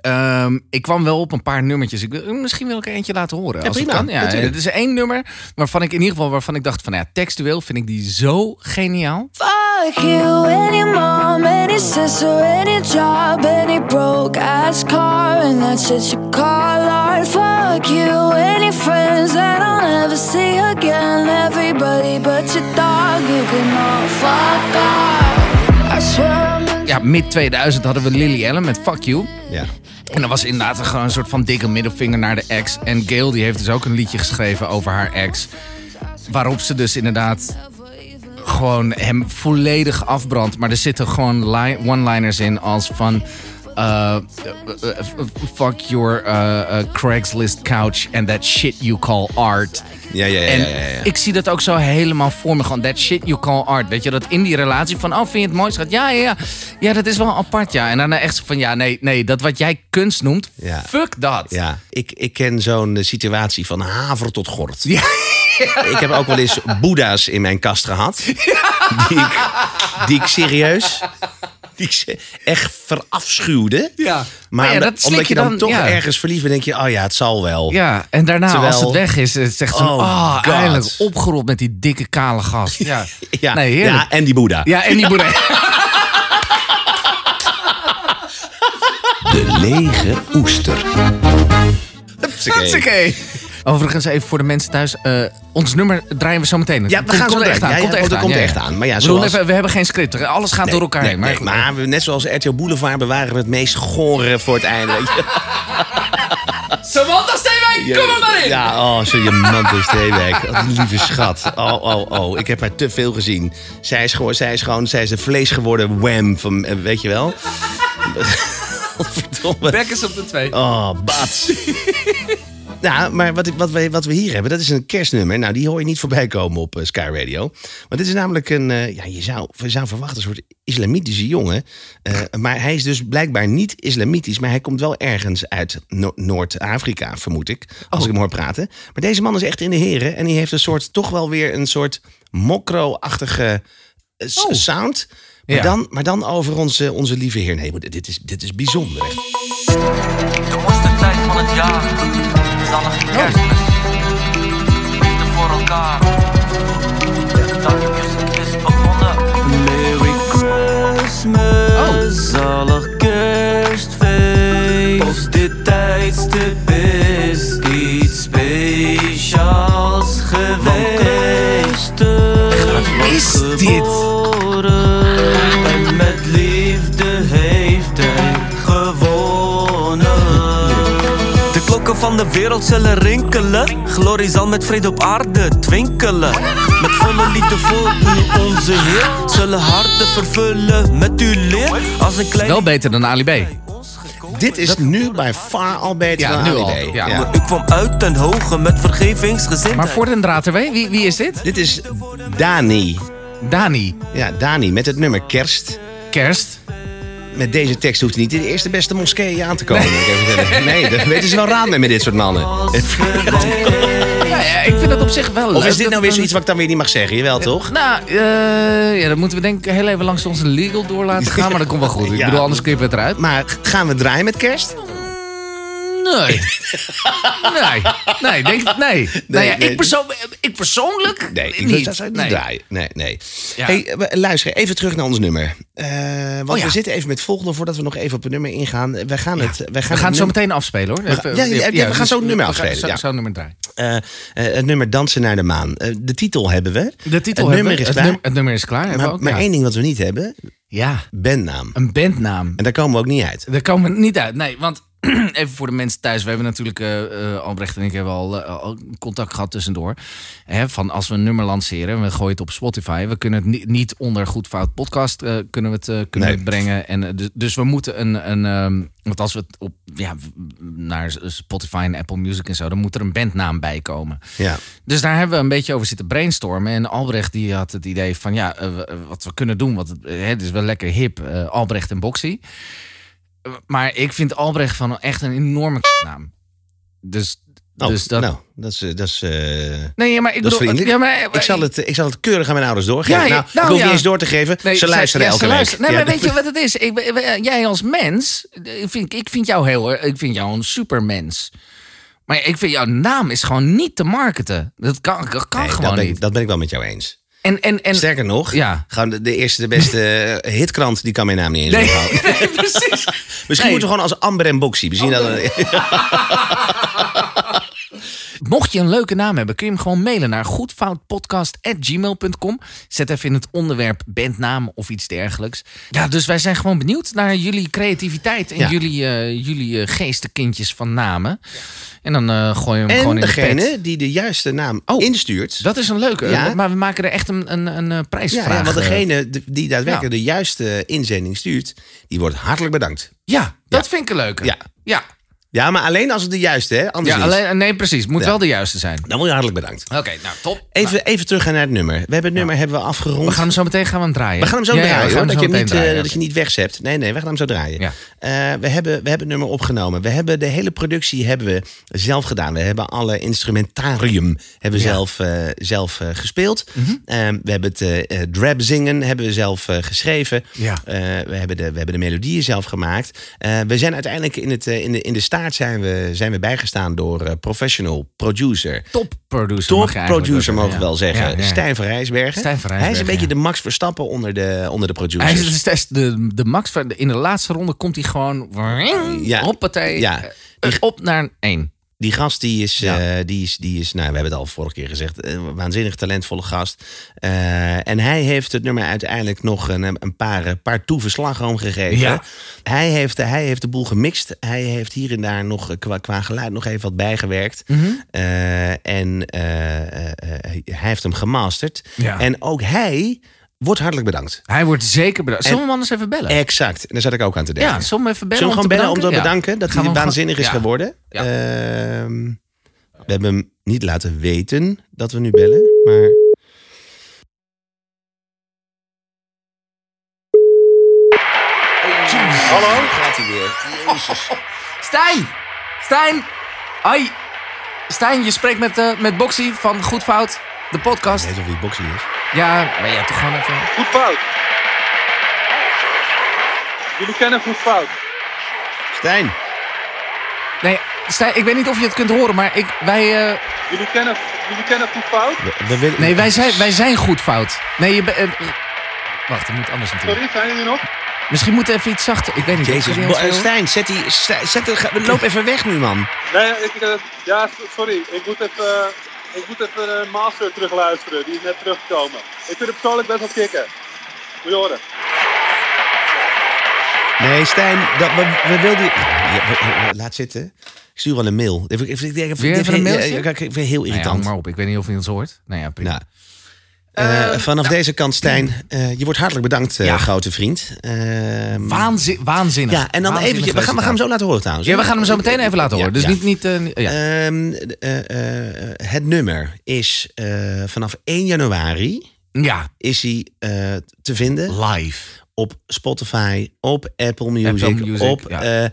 Speaker 3: Ehm, ik kwam wel op een paar nummertjes. Ik, wil- misschien wil ik er eentje laten horen. als het
Speaker 2: prima,
Speaker 3: kan. Ja,
Speaker 2: natuurlijk.
Speaker 3: het is één nummer waarvan ik in ieder geval waarvan ik dacht van ja, textueel vind ik die zo geniaal.
Speaker 4: Fuck
Speaker 5: Fuck you, any mom, any sister, any job, any broke ass car, and that's shit you call art. Fuck you, any friends that I'll never see again. Everybody but your dog, you can all fuck off. I swear I'm in
Speaker 3: Ja, mid 2000 hadden we Lily Allen met Fuck You.
Speaker 2: Ja.
Speaker 3: En dat was inderdaad een- gewoon een soort van dikke middelvinger naar de ex. En Gail die heeft dus ook een liedje geschreven over haar ex. Waarop ze dus inderdaad gewoon hem volledig afbrandt. Maar er zitten gewoon li- one-liners in als van... eh, eh, eh, fuck your eh, eh, Craigslist couch and that shit you call art.
Speaker 2: Ja, ja, ja,
Speaker 3: En
Speaker 2: ja, ja, ja.
Speaker 3: ik zie dat ook zo helemaal voor me. Gewoon that shit you call art. Weet je, dat in die relatie van, oh, vind je het mooi? Schat? Ja, ja, ja. Ja, dat is wel apart, ja. En dan echt zo van, ja, nee, nee. Dat wat jij kunst noemt,
Speaker 2: Ja.
Speaker 3: fuck dat.
Speaker 2: Ja, ik, ik ken zo'n eh, situatie van haver tot gort. Ik heb ook wel eens boeddha's in mijn kast gehad. Die, ik, die ik serieus... Die ik se- echt verafschuwde.
Speaker 3: Ja.
Speaker 2: Maar
Speaker 3: Maar ja,
Speaker 2: omdat-
Speaker 3: dat slik
Speaker 2: omdat
Speaker 3: je
Speaker 2: je dan,
Speaker 3: dan-
Speaker 2: toch
Speaker 3: ja.
Speaker 2: ergens verliefd bent, denk je... oh ja, het zal wel.
Speaker 3: Ja, en daarna
Speaker 2: Terwijl-
Speaker 3: als het weg is, het zegt zo,
Speaker 2: Oh,
Speaker 3: oh,
Speaker 2: God.
Speaker 3: eindelijk opgerold met die dikke kale gast. Ja,
Speaker 2: Ja,
Speaker 3: nee, heerlijk.
Speaker 2: ja, en die boeddha.
Speaker 3: Ja, en die boerderij.
Speaker 2: De lege oester. Hupsakee.
Speaker 3: Oké. Overigens, even voor de mensen thuis. eh, ons nummer draaien we zo meteen.
Speaker 2: Ja, we gaan zo
Speaker 3: komt er echt
Speaker 2: meteen. Ja,
Speaker 3: aan. komt
Speaker 2: ja,
Speaker 3: er echt
Speaker 2: dat
Speaker 3: aan.
Speaker 2: komt
Speaker 3: ja,
Speaker 2: echt
Speaker 3: ja.
Speaker 2: aan. Maar ja,
Speaker 3: Ik bedoel,
Speaker 2: zoals-
Speaker 3: even, we hebben geen script. Alles gaat door elkaar
Speaker 2: Nee,
Speaker 3: heen. Maar,
Speaker 2: nee,
Speaker 3: goed.
Speaker 2: maar we- net zoals RTL Boulevard bewaren we het meest gore voor het einde. weet je.
Speaker 3: Samantha Steenwijk, kom er maar in!
Speaker 2: Ja, oh, sorry, je man Steenwijk. Wat een lieve schat. Oh, oh, oh. Ik heb haar te veel gezien. Zij is gewoon, zij is gewoon, zij is een vlees geworden wham van, eh, weet je wel? Godverdomme.
Speaker 3: Back is op de twee.
Speaker 2: Oh, bats. Nou, maar wat, ik- wat, we, wat we hier hebben, dat is een kerstnummer. Nou, die hoor je niet voorbij komen op eh, Sky Radio. Want dit is namelijk een, eh, ja, je zou, je zou verwachten, een soort islamitische jongen. Eh, maar hij is dus blijkbaar niet islamitisch, maar hij komt wel ergens uit No- Noord-Afrika, vermoed ik.
Speaker 3: Oh.
Speaker 2: Als ik hem hoor praten. Maar deze man is echt in de heren en die heeft een soort, toch wel weer een soort mokro-achtige eh, s-
Speaker 3: Oh.
Speaker 2: sound. Maar,
Speaker 3: Ja.
Speaker 2: dan, maar dan over onze, onze lieve heer. Nee, maar dit is, dit is bijzonder. echt.
Speaker 6: De mooiste tijd van het jaar, zonnige kerstmis. Liefde voor elkaar. De dag music is begonnen. Merry Christmas, zalig kerstfeest. Als Oh. dit tijdstip is iets speciaals geweest. Wat
Speaker 3: is dit?
Speaker 6: En met liefde heeft hij gewonnen. De klokken van de wereld zullen rinkelen. Glorie zal met vrede op aarde twinkelen. Met volle liefde voor u, onze Heer. Zullen harten vervullen met uw leer. Als een klein.
Speaker 3: Wel beter dan Ali B.
Speaker 2: Dit is nu bij far al beter
Speaker 3: Ja,
Speaker 2: dan
Speaker 3: nu
Speaker 2: Ali
Speaker 3: al.
Speaker 2: B.
Speaker 3: Ja.
Speaker 6: Ik kwam uit ten hoge met vergevingsgezindheid.
Speaker 3: Maar voor den draad erbij, wie, wie is dit?
Speaker 2: Dit is Dani.
Speaker 3: Dani.
Speaker 2: Ja, Dani met het nummer Kerst.
Speaker 3: Kerst.
Speaker 2: Met deze tekst hoeft hij niet in de eerste beste moskee aan te komen. Ik even zeggen. Nee, daar weten ze wel raad mee met dit soort mannen.
Speaker 3: Ja, ja, ik vind dat op zich wel leuk.
Speaker 2: Of is dit
Speaker 3: dat
Speaker 2: nou weer
Speaker 3: we-
Speaker 2: zoiets wat ik dan weer niet mag zeggen? Jawel, toch?
Speaker 3: Nou, eh, ja, dan moeten we denk ik heel even langs onze legal door laten gaan. Maar dat komt wel goed. Ik
Speaker 2: Ja.
Speaker 3: bedoel, anders knippen we het eruit.
Speaker 2: Maar gaan we draaien met kerst?
Speaker 3: Nee. Nee. Nee, denk, nee. nou ja,
Speaker 2: nee.
Speaker 3: ik, persoon- ik persoonlijk
Speaker 2: Nee, ik
Speaker 3: niet.
Speaker 2: zou- zou het niet
Speaker 3: nee.
Speaker 2: draaien. Nee, nee.
Speaker 3: Ja.
Speaker 2: Hey, eh, luister, even terug naar ons nummer. Eh, want
Speaker 3: Oh ja.
Speaker 2: we zitten even met volgende voordat we nog even op het nummer ingaan. We gaan het, we gaan
Speaker 3: We gaan
Speaker 2: het
Speaker 3: het zo
Speaker 2: nummer-
Speaker 3: meteen afspelen hoor. dus
Speaker 2: We gaan- ja, ja, ja, we gaan zo het nummer
Speaker 3: we gaan
Speaker 2: afspelen,
Speaker 3: Zo,
Speaker 2: ja.
Speaker 3: zo het nummer draaien.
Speaker 2: Eh, eh, het nummer Dansen naar de Maan. Eh, de titel hebben we.
Speaker 3: De titel
Speaker 2: het
Speaker 3: hebben
Speaker 2: nummer
Speaker 3: we.
Speaker 2: is
Speaker 3: het,
Speaker 2: klaar.
Speaker 3: nummer, het nummer is klaar. hebben we
Speaker 2: maar
Speaker 3: ook,
Speaker 2: maar
Speaker 3: ja.
Speaker 2: één ding wat we niet hebben,
Speaker 3: Ja,
Speaker 2: bandnaam.
Speaker 3: een bandnaam.
Speaker 2: En daar komen we ook niet uit.
Speaker 3: Daar komen we niet uit. Nee, want even voor de mensen thuis. We hebben natuurlijk, eh, eh, Albrecht en ik hebben al, eh, al contact gehad tussendoor. Hè, van als we een nummer lanceren en we gooien het op Spotify. We kunnen het ni- niet onder goed fout podcast eh, kunnen we het, eh, kunnen we
Speaker 2: Nee.
Speaker 3: het brengen. En, eh, dus, dus we moeten een... een ehm, want als we het op, ja, naar Spotify en Apple Music en zo... dan moet er een bandnaam bij komen.
Speaker 2: Ja.
Speaker 3: Dus daar hebben we een beetje over zitten brainstormen. En Albrecht die had het idee van ja, eh, we- eh, wat we kunnen doen. Want het, eh, het is wel lekker hip, eh, Albrecht en Boxy. Eh, Maar ik vind Albrecht van echt een enorme naam. Dus,
Speaker 2: Oh,
Speaker 3: dus dat...
Speaker 2: Nou, dat is... eh, Dat is eh,
Speaker 3: nee, ja, maar ik
Speaker 2: dat is
Speaker 3: bedoel...
Speaker 2: vriendelijk.
Speaker 3: ja, maar,
Speaker 2: ik, zal het, eh, ik zal het keurig aan mijn ouders doorgeven.
Speaker 3: Ja, ja,
Speaker 2: nou, ik
Speaker 3: nou,
Speaker 2: hoef
Speaker 3: ja.
Speaker 2: niet eens door te geven.
Speaker 3: Nee,
Speaker 2: ze luisteren
Speaker 3: ja,
Speaker 2: elke
Speaker 3: ze
Speaker 2: week.
Speaker 3: luisteren. Nee,
Speaker 2: Ja,
Speaker 3: maar
Speaker 2: dat-
Speaker 3: weet je wat het is? Ik, ben- eh, jij als mens, eh, vind, ik vind jou heel... Ik vind jou een supermens. Maar ik vind jouw naam is gewoon niet te marketen. Dat kan, dat kan
Speaker 2: Nee,
Speaker 3: gewoon
Speaker 2: dat ben, ik-
Speaker 3: niet.
Speaker 2: Dat ben ik wel met jou eens.
Speaker 3: En, en, en,
Speaker 2: Sterker nog,
Speaker 3: Ja.
Speaker 2: gewoon de, de eerste, de beste eh, hitkrant, die kan mijn naam niet eens
Speaker 3: nee,
Speaker 2: onthouden.
Speaker 3: nee, precies.
Speaker 2: Misschien
Speaker 3: Nee.
Speaker 2: moeten we gewoon als Amber en Boxy. We zien dat,
Speaker 3: Mocht je een leuke naam hebben, kun je hem gewoon mailen naar goedfoutpodcast.gmail.com. Zet even in het onderwerp bandnaam of iets dergelijks. Ja, dus wij zijn gewoon benieuwd naar jullie creativiteit en
Speaker 2: Ja.
Speaker 3: jullie, eh jullie eh, geestenkindjes van namen. En dan eh gooi je hem gewoon
Speaker 2: en
Speaker 3: in de pet.
Speaker 2: degene die de juiste naam
Speaker 3: Oh.
Speaker 2: instuurt.
Speaker 3: Dat is een leuke,
Speaker 2: Ja.
Speaker 3: maar we maken er echt een, een, een eh, prijsvraag.
Speaker 2: ja, ja, want
Speaker 3: eh,
Speaker 2: degene die- die daadwerkelijk de juiste inzending stuurt, die wordt hartelijk bedankt.
Speaker 3: ja, dat vind ik een leuke.
Speaker 2: Ja.
Speaker 3: ja.
Speaker 2: Ja, maar alleen als het de juiste, hè? Anders
Speaker 3: Ja,
Speaker 2: niet.
Speaker 3: alleen, nee, precies. Moet
Speaker 2: Ja.
Speaker 3: wel de juiste zijn.
Speaker 2: Dan word je hartelijk bedankt.
Speaker 3: Oké, nou top.
Speaker 2: Even, even teruggaan naar het nummer. We hebben het nummer hebben we afgerond.
Speaker 3: We gaan hem zo meteen gaan we hem draaien.
Speaker 2: We gaan hem zo
Speaker 3: Ja, ja, we
Speaker 2: draaien,
Speaker 3: gaan
Speaker 2: hoor.
Speaker 3: hem
Speaker 2: Dat
Speaker 3: zo
Speaker 2: je, hem
Speaker 3: meteen
Speaker 2: niet, eh,
Speaker 3: draaien.
Speaker 2: dat je niet wegzept. Nee, nee, we gaan hem zo draaien.
Speaker 3: Ja.
Speaker 2: Eh, we, hebben, we hebben het nummer opgenomen. We hebben de hele productie hebben we zelf gedaan. We hebben alle instrumentarium hebben we zelf, eh, zelf eh, gespeeld.
Speaker 3: Mhm.
Speaker 2: Eh, we hebben het eh eh, drab zingen hebben we zelf eh, geschreven.
Speaker 3: Ja.
Speaker 2: Eh, we, hebben de, we hebben de melodieën zelf gemaakt. Eh, we zijn uiteindelijk in, het, eh, in, de, in de staart zijn we, zijn we bijgestaan door eh, professional producer
Speaker 3: Top producer. mag je
Speaker 2: top
Speaker 3: eigenlijk
Speaker 2: producer,
Speaker 3: wel
Speaker 2: mogen we wel zeggen.
Speaker 3: Ja, ja, ja.
Speaker 2: Stijn van Rijsbergen.
Speaker 3: Stijn van
Speaker 2: Hij is een
Speaker 3: Rijsbergen,
Speaker 2: beetje de Max Verstappen onder de, onder de producers.
Speaker 3: Hij is dus test- de, de max van in de laatste ronde komt hij gewoon wring,
Speaker 2: Ja.
Speaker 3: hoppatee,
Speaker 2: Ja.
Speaker 3: eh, eh, op naar een één.
Speaker 2: Die gast die is,
Speaker 3: Ja.
Speaker 2: eh, die is, die is nou, we hebben het al vorige keer gezegd, eh, een waanzinnig talentvolle gast. Eh, en hij heeft het nummer uiteindelijk nog een, een paar, een paar toeven slagroom gegeven.
Speaker 3: Ja.
Speaker 2: Hij, heeft, hij heeft de boel gemixt. Hij heeft hier en daar nog eh, qua, qua geluid nog even wat bijgewerkt.
Speaker 3: Mhm.
Speaker 2: Eh, en eh, eh, eh, hij heeft hem gemasterd.
Speaker 3: Ja.
Speaker 2: En ook hij wordt hartelijk bedankt.
Speaker 3: Hij wordt zeker bedankt. Zullen we hem anders even bellen?
Speaker 2: Exact. En daar zat ik ook aan te denken.
Speaker 3: ja, zullen we hem even bellen
Speaker 2: Zullen we
Speaker 3: om
Speaker 2: gewoon
Speaker 3: te
Speaker 2: bellen om te
Speaker 3: bedanken? Ja.
Speaker 2: bedanken dat
Speaker 3: Gaan we
Speaker 2: hij
Speaker 3: hem
Speaker 2: waanzinnig is
Speaker 3: gewoon- ja.
Speaker 2: geworden?
Speaker 3: Ja.
Speaker 2: Ehm, we hebben hem niet laten weten dat we nu bellen, maar... Hallo? Gaat hij weer.
Speaker 3: Stijn! Stijn! Hoi! Stijn, je spreekt met, eh, met Boxy van Goed Fout, de podcast.
Speaker 2: Weet of hij boxing is.
Speaker 3: Ja, maar ja, toch gewoon even...
Speaker 7: Goed fout. Jullie kennen goed fout.
Speaker 2: Stijn,
Speaker 3: Nee, Stijn, ik weet niet of je het kunt horen, maar ik, wij... eh,
Speaker 7: Jullie kennen, jullie kennen goed fout.
Speaker 2: we, we willen...
Speaker 3: Nee, wij zijn, wij zijn goed fout. Nee, je bent. wacht, dat moet anders natuurlijk.
Speaker 7: Sorry, zijn jullie nog?
Speaker 3: Misschien moet er even iets zachter. Ik weet niet.
Speaker 2: Jezus,
Speaker 3: kun je
Speaker 2: bo-
Speaker 3: ons
Speaker 2: eh,
Speaker 3: heel-
Speaker 2: Stijn, zet die... Stijn, Zet de, ga- loop even weg nu, man.
Speaker 7: Nee, ik, eh, ja, so- sorry. Ik moet even, eh, ik moet even eh, Master terugluisteren. Die is net teruggekomen. Ik vind het persoonlijk best wel kicken. Moet je horen.
Speaker 2: Nee, Stijn, dat, we, we wilden... Ja, we- we- laat zitten. Ik stuur wel een mail. Ik, ik, ik, ik, ik,
Speaker 3: Weer even een mailtje?
Speaker 2: Ik, ik- ik vind het heel
Speaker 3: Nou ja,
Speaker 2: irritant.
Speaker 3: hang maar op. Ik weet niet of je ons hoort. Nou ja, prima.
Speaker 2: Nou. Eh, vanaf deze kant, Stijn. eh, je wordt hartelijk bedankt, eh,
Speaker 3: Ja.
Speaker 2: grote vriend. Ehm,
Speaker 3: Waanzin, waanzinnig.
Speaker 2: ja, en dan
Speaker 3: Waanzinnig
Speaker 2: eventjes. We gaan, we gaan hem zo laten horen trouwens.
Speaker 3: Ja, we gaan hem zo meteen even laten horen.
Speaker 2: Ja,
Speaker 3: Dus
Speaker 2: ja.
Speaker 3: niet. niet eh, niet- ja.
Speaker 2: Ehm, eh, eh, het nummer is eh, vanaf 1 januari
Speaker 3: ja,
Speaker 2: is hij eh, te vinden
Speaker 3: live.
Speaker 2: op Spotify, op Apple Music,
Speaker 3: Apple Music,
Speaker 2: op
Speaker 3: ja.
Speaker 2: eh, eh,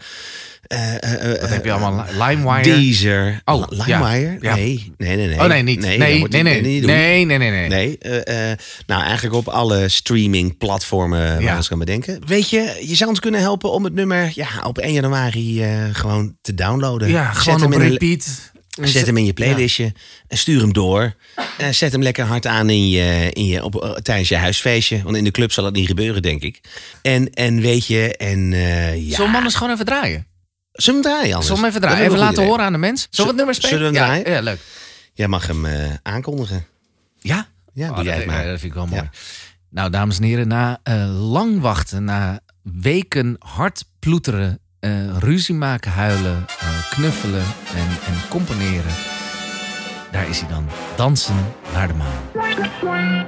Speaker 2: eh, eh,
Speaker 3: Wat heb je allemaal? Li- LimeWire.
Speaker 2: Deezer,
Speaker 3: Oh,
Speaker 2: Li-
Speaker 3: ja.
Speaker 2: LimeWire.
Speaker 3: Ja.
Speaker 2: Nee, nee, nee, nee.
Speaker 3: Oh nee, niet. Nee,
Speaker 2: dat
Speaker 3: nee,
Speaker 2: moet
Speaker 3: nee.
Speaker 2: je-
Speaker 3: Nee, nee,
Speaker 2: niet doen.
Speaker 3: nee. nee.
Speaker 2: Nee, eh, eh, nou eigenlijk op alle streaming platformen waar
Speaker 3: Ja.
Speaker 2: ons kan bedenken. Weet je, je zou ons kunnen helpen om het nummer ja, op 1 januari eh, gewoon te downloaden.
Speaker 3: Ja,
Speaker 2: Zet
Speaker 3: gewoon
Speaker 2: hem
Speaker 3: op
Speaker 2: in een-
Speaker 3: repeat.
Speaker 2: Zet hem in je playlistje en stuur hem door. En zet hem lekker hard aan in je, in je, op, eh, tijdens je huisfeestje. Want in de club zal dat niet gebeuren, denk ik. En, en weet je, en eh ja.
Speaker 3: Zullen we hem anders gewoon even draaien?
Speaker 2: Zullen we hem draaien anders?
Speaker 3: Zullen we hem
Speaker 2: Dat
Speaker 3: even draaien?
Speaker 2: is
Speaker 3: Even
Speaker 2: een
Speaker 3: laten
Speaker 2: goed idee.
Speaker 3: horen aan de mens? Zullen we het nummer spelen?
Speaker 2: zullen we hem
Speaker 3: Ja,
Speaker 2: draaien?
Speaker 3: Ja, leuk.
Speaker 2: Jij mag hem eh, aankondigen.
Speaker 3: Ja?
Speaker 2: Ja, doe
Speaker 3: Oh, dat,
Speaker 2: jij het
Speaker 3: vind-
Speaker 2: maar.
Speaker 3: dat vind ik wel mooi.
Speaker 2: Ja.
Speaker 3: Nou, dames en heren, na eh, lang wachten, na weken hard ploeteren, eh, ruzie maken, huilen, eh, knuffelen en, en componeren. Daar is hij dan. Dansen naar de maan.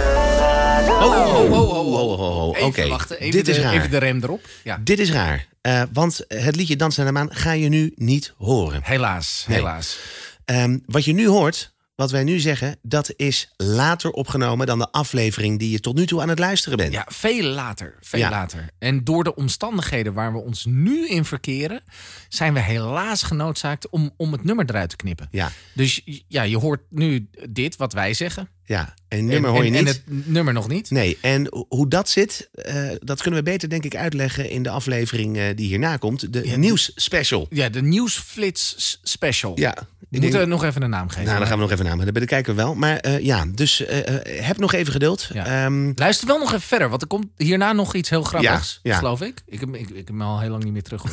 Speaker 2: Oh, oh, oh, oh, oh, oh, oh.
Speaker 3: Even
Speaker 2: Oké,
Speaker 3: wachten, even,
Speaker 2: dit
Speaker 3: de,
Speaker 2: is raar.
Speaker 3: even de rem erop. Ja.
Speaker 2: Dit is raar. eh, want het liedje Dans naar de Maan ga je nu niet horen.
Speaker 3: Helaas,
Speaker 2: Nee.
Speaker 3: helaas.
Speaker 2: Ehm, wat je nu hoort, wat wij nu zeggen, dat is later opgenomen dan de aflevering die je tot nu toe aan het luisteren bent.
Speaker 3: Ja, veel later. Veel
Speaker 2: Ja.
Speaker 3: later. En door de omstandigheden waar we ons nu in verkeren, zijn we helaas genoodzaakt om, om het nummer eruit te knippen.
Speaker 2: Ja.
Speaker 3: Dus ja, je hoort nu dit wat wij zeggen.
Speaker 2: Ja, en nummer hoor je
Speaker 3: en,
Speaker 2: niet.
Speaker 3: en het nummer nog niet.
Speaker 2: Nee, en ho- hoe dat zit, eh, dat kunnen we beter denk ik uitleggen in de aflevering eh, die hierna komt. De nieuwsspecial.
Speaker 3: Ja, de nieuwsflits s- special.
Speaker 2: Ja,
Speaker 3: We
Speaker 2: ik
Speaker 3: moeten
Speaker 2: denk-
Speaker 3: er nog even een naam geven.
Speaker 2: nou, dan gaan we nog even naar, maar dat kijken we wel. Maar eh, ja, dus eh, eh, heb nog even geduld.
Speaker 3: Ja.
Speaker 2: Ehm,
Speaker 3: Luister wel nog even verder, want er komt hierna nog iets heel grappigs,
Speaker 2: Ja, ja.
Speaker 3: geloof ik. Ik heb, ik, ik heb hem al heel lang niet meer terug.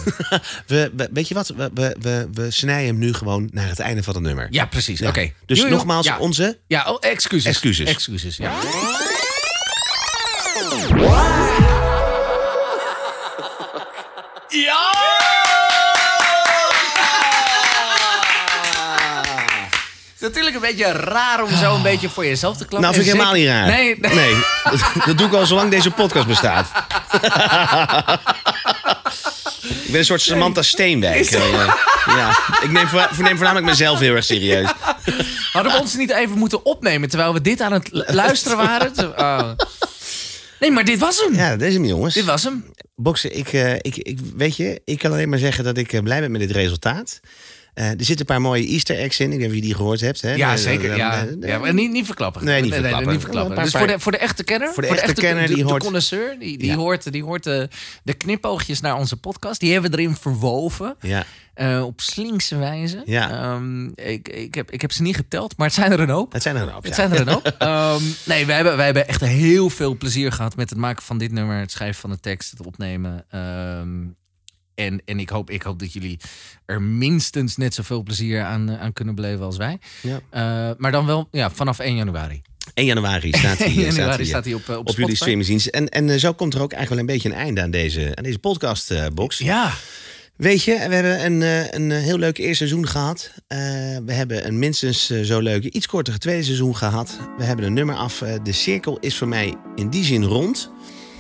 Speaker 2: we, we- weet je wat, we, we, we, we snijden hem nu gewoon naar het einde van het nummer.
Speaker 3: ja, precies.
Speaker 2: Ja.
Speaker 3: Oké.
Speaker 2: Dus
Speaker 3: Joe, joe.
Speaker 2: nogmaals,
Speaker 3: Ja.
Speaker 2: onze...
Speaker 3: Ja, oh, excuses.
Speaker 2: Excuses.
Speaker 3: Excuses, ja. Ja! Ah, Het is natuurlijk een beetje raar om zo een beetje voor jezelf te klappen.
Speaker 2: Nou, vind ik
Speaker 3: En
Speaker 2: helemaal niet
Speaker 3: zeker-
Speaker 2: raar.
Speaker 3: Nee, nee.
Speaker 2: Dat, dat doe ik al zolang deze podcast bestaat. ik ben een soort Samantha Steenwijk. Eh, ja. Ik neem, voor- neem voornamelijk mezelf heel erg serieus.
Speaker 3: Hadden we ons niet even moeten opnemen terwijl we dit aan het lu- luisteren waren? Te- oh. Nee, maar dit was hem.
Speaker 2: Ja, dat is hem, jongens.
Speaker 3: Dit was hem.
Speaker 2: Boksen, ik, eh, ik, ik, weet je, ik kan alleen maar zeggen dat ik eh, blij ben met dit resultaat. Eh, er zitten een paar mooie Easter eggs in. Ik weet niet of je die gehoord hebt. Hè?
Speaker 3: Ja,
Speaker 2: Eh,
Speaker 3: zeker.
Speaker 2: eh,
Speaker 3: Ja.
Speaker 2: eh,
Speaker 3: Ja, maar niet, niet verklappen.
Speaker 2: Nee, niet verklappen.
Speaker 3: niet
Speaker 2: Een
Speaker 3: Dus
Speaker 2: paar-
Speaker 3: voor de, voor de echte kenner,
Speaker 2: Voor de echte kenner,
Speaker 3: de,
Speaker 2: die
Speaker 3: de
Speaker 2: hoort-
Speaker 3: connoisseur, die, die
Speaker 2: Ja.
Speaker 3: hoort, die hoort de, de knipoogjes naar onze podcast. Die hebben we erin verwoven.
Speaker 2: Ja.
Speaker 3: eh, op slinkse wijze.
Speaker 2: Ja.
Speaker 3: Ehm, ik, ik, heb, ik heb ze niet geteld, maar het zijn er een hoop.
Speaker 2: Het zijn er een hoop,
Speaker 3: Het
Speaker 2: ja.
Speaker 3: zijn er een hoop. Ehm, nee, wij hebben, wij hebben echt heel veel plezier gehad met het maken van dit nummer. Het schrijven van de tekst, het opnemen. Ehm, en en ik, hoop, ik hoop dat jullie er minstens net zoveel plezier aan, eh, aan kunnen beleven als wij.
Speaker 2: Ja.
Speaker 3: Eh, maar dan wel ja, vanaf 1 januari.
Speaker 2: 1 januari staat hij. eh,
Speaker 3: 1
Speaker 2: staat
Speaker 3: januari
Speaker 2: hij, eh,
Speaker 3: staat hij op,
Speaker 2: op
Speaker 3: eh, op
Speaker 2: jullie
Speaker 3: Spotify.
Speaker 2: streamingdienst. En, en eh, zo komt er ook eigenlijk wel een beetje een einde aan deze, aan deze podcastbox.
Speaker 3: Ja,
Speaker 2: Weet je, we hebben een, eh, een eh, heel leuk eerste seizoen gehad. Eh, we hebben een minstens eh, zo leuk, iets kortere tweede seizoen gehad. We hebben een nummer af. Eh, de cirkel is voor mij in die zin rond.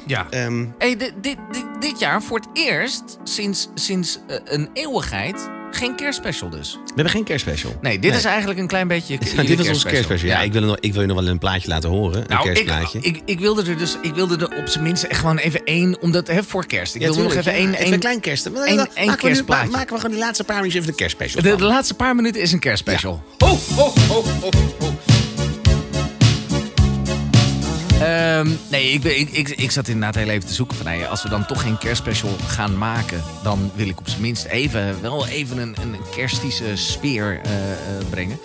Speaker 3: ja.
Speaker 2: Ehm,
Speaker 3: Hey, dit, dit, dit, dit jaar voor het eerst sinds, sinds eh, een eeuwigheid geen kerstspecial dus.
Speaker 2: we hebben geen kerstspecial.
Speaker 3: Nee, dit is eigenlijk een klein beetje. jullie
Speaker 2: dit was ons kerstspecial. Ja,
Speaker 3: Ja.
Speaker 2: ik wil, nog, ik wil je nog wel een plaatje laten horen. Een
Speaker 3: Nou, ik,
Speaker 2: kerstplaatje.
Speaker 3: ik, ik wilde er dus ik wilde er op zijn minst echt gewoon even één, omdat hè, voor kerst. Ik
Speaker 2: Ja,
Speaker 3: wilde nog
Speaker 2: tuurlijk,
Speaker 3: even één.
Speaker 2: ja.
Speaker 3: één-
Speaker 2: een klein kerst.
Speaker 3: één-
Speaker 2: Maken we
Speaker 3: één
Speaker 2: nu-
Speaker 3: kerstplaatje.
Speaker 2: Maken we gewoon die laatste paar minuten even de kerstspecial.
Speaker 3: de,
Speaker 2: van.
Speaker 3: de laatste paar minuten is een kerstspecial. Ho, ho, ho, ho, ho. Ehm, nee, ik, ben- ik, ik, ik zat inderdaad heel even te zoeken van... nou ja, als we dan toch geen kerstspecial gaan maken... dan wil ik op zijn minst even, wel even een, een kerstische sfeer eh, eh, brengen.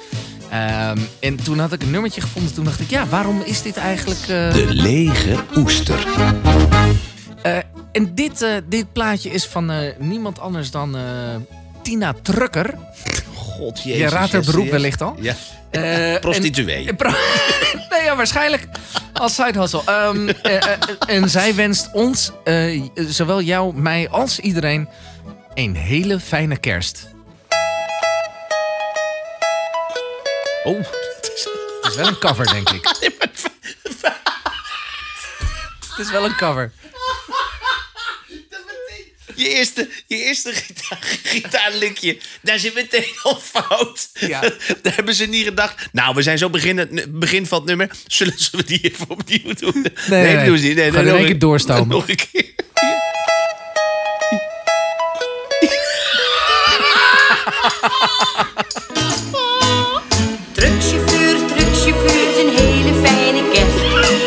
Speaker 3: Ehm, en toen had ik een nummertje gevonden. Toen dacht ik, ja, waarom is dit eigenlijk... eh,
Speaker 2: De lege oester.
Speaker 3: eh, en dit, eh, dit plaatje is van eh, niemand anders dan eh, Tina Trucker.
Speaker 2: God jezus.
Speaker 3: Je raadt haar
Speaker 2: yes,
Speaker 3: beroep
Speaker 2: yes.
Speaker 3: wellicht al.
Speaker 2: Ja.
Speaker 3: Eh, en-
Speaker 2: Prostituee.
Speaker 3: Pro- nee, ja, waarschijnlijk als side hustle. Ehm, eh, eh, eh, en zij wenst ons, eh, zowel jou, mij als iedereen, een hele fijne kerst. Oh, dat is wel een cover, denk ik. Het is wel een cover.
Speaker 2: Je eerste, je eerste gitaar, gitaarlikje, daar zit meteen al fout.
Speaker 3: Ja.
Speaker 2: Daar hebben ze niet gedacht. Nou, we zijn zo begin, het- begin van het nummer. Zullen ze die even opnieuw doen? Nee,
Speaker 3: nee,
Speaker 2: dat
Speaker 3: nee.
Speaker 2: doen ze niet. Nee,
Speaker 3: Gewoon in
Speaker 2: nog
Speaker 3: één
Speaker 2: een-
Speaker 3: keer doorstomen.
Speaker 2: Nog een keer.
Speaker 8: Truckchauffeur, truckchauffeur, is een hele fijne kerst.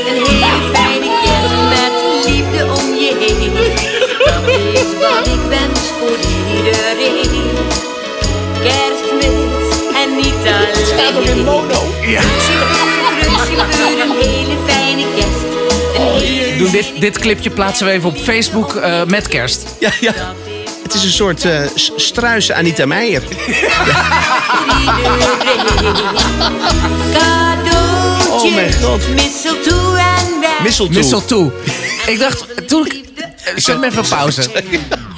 Speaker 8: Een hele fijne kerst met liefde om je heen. Dat is wat ik wens voor iedereen. Kerstmis en niet alleen. Staat ook in mono. Truckchauffeur, truckchauffeur, een hele fijne kerst.
Speaker 2: Oh,
Speaker 8: Een hele
Speaker 3: Doe dit, dit clipje plaatsen we even op Facebook eh, met kerst.
Speaker 2: Ja, ja. Het is een soort eh, s- struis Anita Meijer.
Speaker 8: Cadeautjes,
Speaker 2: Oh mijn god.
Speaker 8: mistletoe en wijn.
Speaker 2: Mistletoe.
Speaker 3: Mistletoe. Ik dacht, toen ik... eh, Zet me even pauze.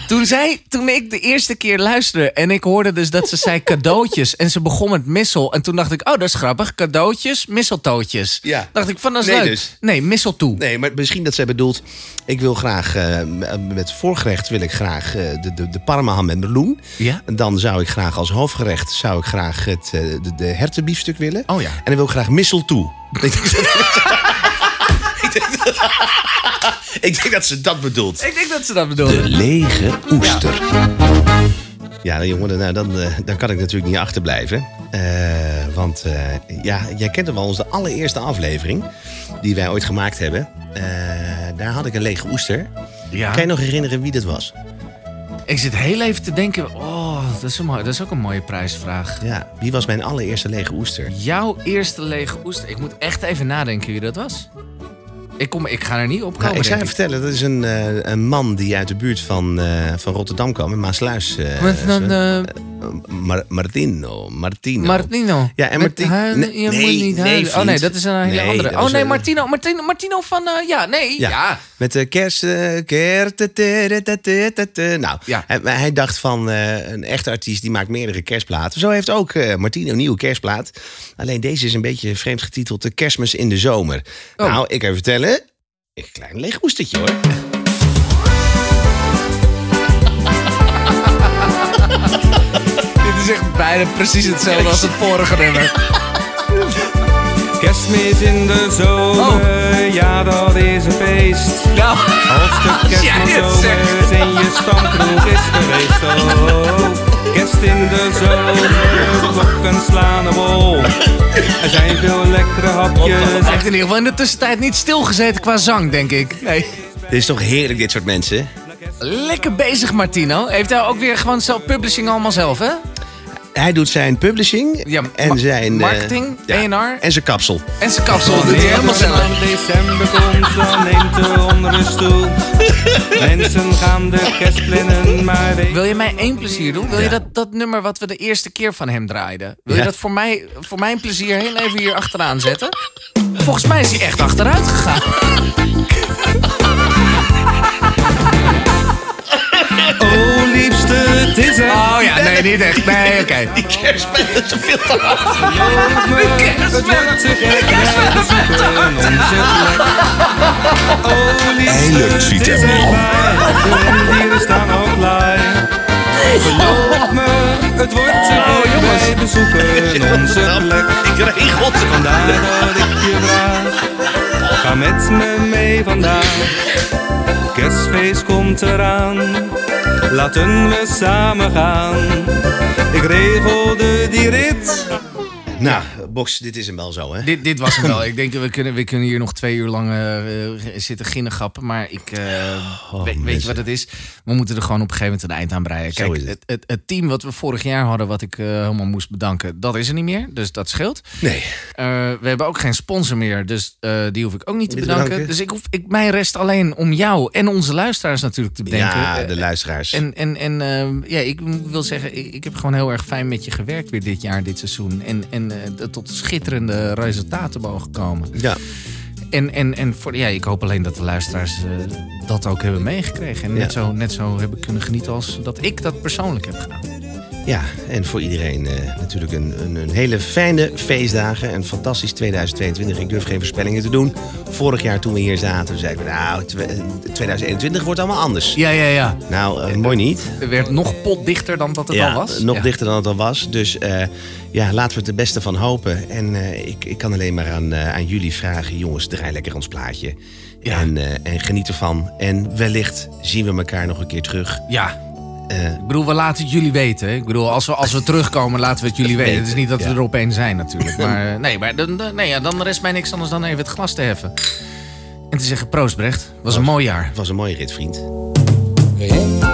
Speaker 3: Toen, zij, toen ik de eerste keer luisterde en ik hoorde dus dat ze zei cadeautjes en ze begon met missel. En toen dacht ik, oh dat is grappig, cadeautjes, misseltootjes.
Speaker 2: Ja.
Speaker 3: Dacht ik, van dat is
Speaker 2: Nee,
Speaker 3: leuk.
Speaker 2: dus.
Speaker 3: Nee, misseltoe.
Speaker 2: Nee, maar misschien dat zij bedoelt... Ik wil graag, eh, m- met voorgerecht wil ik graag eh, de, de, de parmaham met meloen.
Speaker 3: Ja.
Speaker 2: En dan zou ik graag als hoofdgerecht zou ik graag het, eh, de, de hertenbiefstuk willen.
Speaker 3: Oh ja.
Speaker 2: En dan wil ik graag mistletoe. ik denk dat ze dat bedoelt.
Speaker 3: Ik denk dat ze dat bedoelde.
Speaker 2: lege oester. Ja, jongen, nou, dan, eh, dan kan ik natuurlijk niet achterblijven. Eh, want eh, ja, jij kent hem wel, onze allereerste aflevering die wij ooit gemaakt hebben. Eh, daar had ik een lege oester.
Speaker 3: Ja.
Speaker 2: Kan je nog herinneren wie dat was?
Speaker 3: Ik zit heel even te denken. Oh, dat is, een mooi, dat is ook een mooie prijsvraag.
Speaker 2: Ja, wie was mijn allereerste lege
Speaker 3: Nou,
Speaker 2: oester?
Speaker 3: Jouw eerste lege oester. Ik moet echt even nadenken wie dat was. Ik, kom, ik ga er niet op komen.
Speaker 2: Nou, ik zou
Speaker 3: denk
Speaker 2: je
Speaker 3: ik.
Speaker 2: vertellen, dat is een, eh, een man die uit de buurt van, eh, van Rotterdam kwam, in Maasluis. eh,
Speaker 3: Met
Speaker 2: zo-
Speaker 3: een, eh,
Speaker 2: Mar- Martino, Martino.
Speaker 3: Martino.
Speaker 2: Ja, en
Speaker 3: Met
Speaker 2: Martin-
Speaker 3: huilen- je
Speaker 2: Nee,
Speaker 3: moet
Speaker 2: nee,
Speaker 3: niet huilen. oh nee,
Speaker 2: vriend.
Speaker 3: dat is een hele
Speaker 2: Nee,
Speaker 3: andere.
Speaker 2: dat
Speaker 3: Oh
Speaker 2: was
Speaker 3: nee,
Speaker 2: een-
Speaker 3: Martino. Martino, Martino van... eh, ja, nee, ja.
Speaker 2: Ja. Met de kerst. eh, kerst, te, te, te, te, te, te, te. Nou,
Speaker 3: Ja.
Speaker 2: hij, hij dacht van eh, een echte artiest die maakt meerdere kerstplaten. Zo heeft ook eh, Martino een nieuwe kerstplaat. Alleen deze is een beetje vreemd getiteld De Kerstmis in de Zomer.
Speaker 3: Oh.
Speaker 2: Nou, ik kan je vertellen. Een klein leeg oestertje hoor.
Speaker 3: Dit is echt bijna precies hetzelfde als het vorige nummer.
Speaker 9: Kerstmis in de zomer,
Speaker 2: Oh.
Speaker 9: ja dat is een feest.
Speaker 3: Nou,
Speaker 9: Als de
Speaker 3: jij
Speaker 9: kerstmis
Speaker 3: het
Speaker 9: zomers in je stamkroeg is geweest. Oh, kerst in de zomer, klokken slaan de bol. Er zijn veel lekkere hapjes
Speaker 3: hij heeft in ieder geval in de tussentijd niet stilgezeten qua zang, denk ik. Nee.
Speaker 2: Dit is toch heerlijk, dit soort mensen?
Speaker 3: Lekker bezig, Martino. Heeft hij ook weer gewoon zelf publishing allemaal zelf, hè?
Speaker 2: Hij doet zijn publishing
Speaker 3: Ja, ma-
Speaker 2: en zijn... eh,
Speaker 3: marketing, A&R.
Speaker 2: En zijn kapsel.
Speaker 3: En zijn kapsel doet hij
Speaker 9: Wanneer
Speaker 3: helemaal
Speaker 9: de
Speaker 3: zelf.
Speaker 9: maand december komt, dan neemt de onrust toe. Mensen gaan de kerst plannen, maar weet
Speaker 3: Wil je mij één plezier doen? Wil je dat, dat nummer wat we de eerste keer van hem draaiden... wil je
Speaker 2: Ja.
Speaker 3: dat voor, mij, voor mijn plezier heel even hier achteraan zetten? Volgens mij is hij echt achteruit gegaan.
Speaker 9: Oh liefste, het is er.
Speaker 3: Oh ja, nee, niet echt. Nee, oké.
Speaker 9: Geloof me,
Speaker 3: kerstbel.
Speaker 9: het wordt te gek. Wij zoeken onze plek. Oh liefste,
Speaker 1: Eindelijk ziet
Speaker 9: het is
Speaker 1: hij hem.
Speaker 9: erbij. De dieren staan al blij. Geloof me, het wordt te gek. Wij bezoeken onze plek.
Speaker 2: Ik regel
Speaker 9: Vandaar dat ik je vraag, ga met me mee vandaag. Kerstfeest komt eraan, laten we samen gaan. Ik regelde die rit.
Speaker 2: Nou, Box, dit is hem wel zo, hè?
Speaker 3: Dit, dit was hem wel. Ik denk, we kunnen, we kunnen hier nog twee uur lang eh, eh, zitten ginnegappen. Maar ik, eh, we- weet je
Speaker 2: Oh, mensen.
Speaker 3: wat het is? We moeten er gewoon op een gegeven moment een eind aan breien.
Speaker 2: Zo
Speaker 3: Kijk,
Speaker 2: is
Speaker 3: het.
Speaker 2: het.
Speaker 3: Het, het, team wat we vorig jaar hadden, wat ik eh, helemaal moest bedanken, dat is er niet meer. Dus dat scheelt.
Speaker 2: Nee.
Speaker 3: Eh, we hebben ook geen sponsor meer, dus eh, die hoef ik ook niet te
Speaker 2: Niet
Speaker 3: bedanken.
Speaker 2: bedanken.
Speaker 3: Dus ik hoef, ik, mijn rest alleen om jou en onze luisteraars natuurlijk te bedenken.
Speaker 2: ja,
Speaker 3: Eh,
Speaker 2: de luisteraars.
Speaker 3: en, en, en ehm, ja, ik wil zeggen, ik, ik heb gewoon heel erg fijn met je gewerkt weer dit jaar, dit seizoen. En, en eh, dat tot schitterende resultaten mogen komen.
Speaker 2: ja.
Speaker 3: En, en, en voor, ja, ik hoop alleen dat de luisteraars eh, dat ook hebben meegekregen. En net,
Speaker 2: Ja.
Speaker 3: zo, net zo hebben kunnen genieten als dat ik dat persoonlijk heb gedaan.
Speaker 2: Ja, en voor iedereen eh, natuurlijk een, een, een hele fijne feestdagen. Een fantastisch 2022. Ik durf geen voorspellingen te doen. Vorig jaar toen we hier zaten, toen zeiden we... nou, tw- eh, 2021 wordt allemaal anders.
Speaker 3: Ja, ja, ja.
Speaker 2: Nou, eh, mooi niet.
Speaker 3: Er werd nog potdichter dan dat het al was.
Speaker 2: nog
Speaker 3: Ja.
Speaker 2: dichter dan het al was. Dus eh, ja, laten we het er beste van hopen. En eh, ik, ik kan alleen maar aan, eh, aan jullie vragen... jongens, draai lekker ons plaatje.
Speaker 3: Ja.
Speaker 2: En, eh, en geniet ervan. En wellicht zien we elkaar nog een keer terug.
Speaker 3: Ja. Eh, ik bedoel, we laten het jullie weten. hè. Ik bedoel, als we, als we terugkomen, laten we het jullie weten.
Speaker 2: weten,
Speaker 3: Het is niet dat we
Speaker 2: ja.
Speaker 3: er opeens zijn natuurlijk. Maar eh, nee, maar dan, dan- nee, ja, dan rest mij niks anders dan even het glas te heffen. En te zeggen, proost Brecht. Was een mooi jaar.
Speaker 2: Het was een mooie rit, vriend.
Speaker 10: Hey.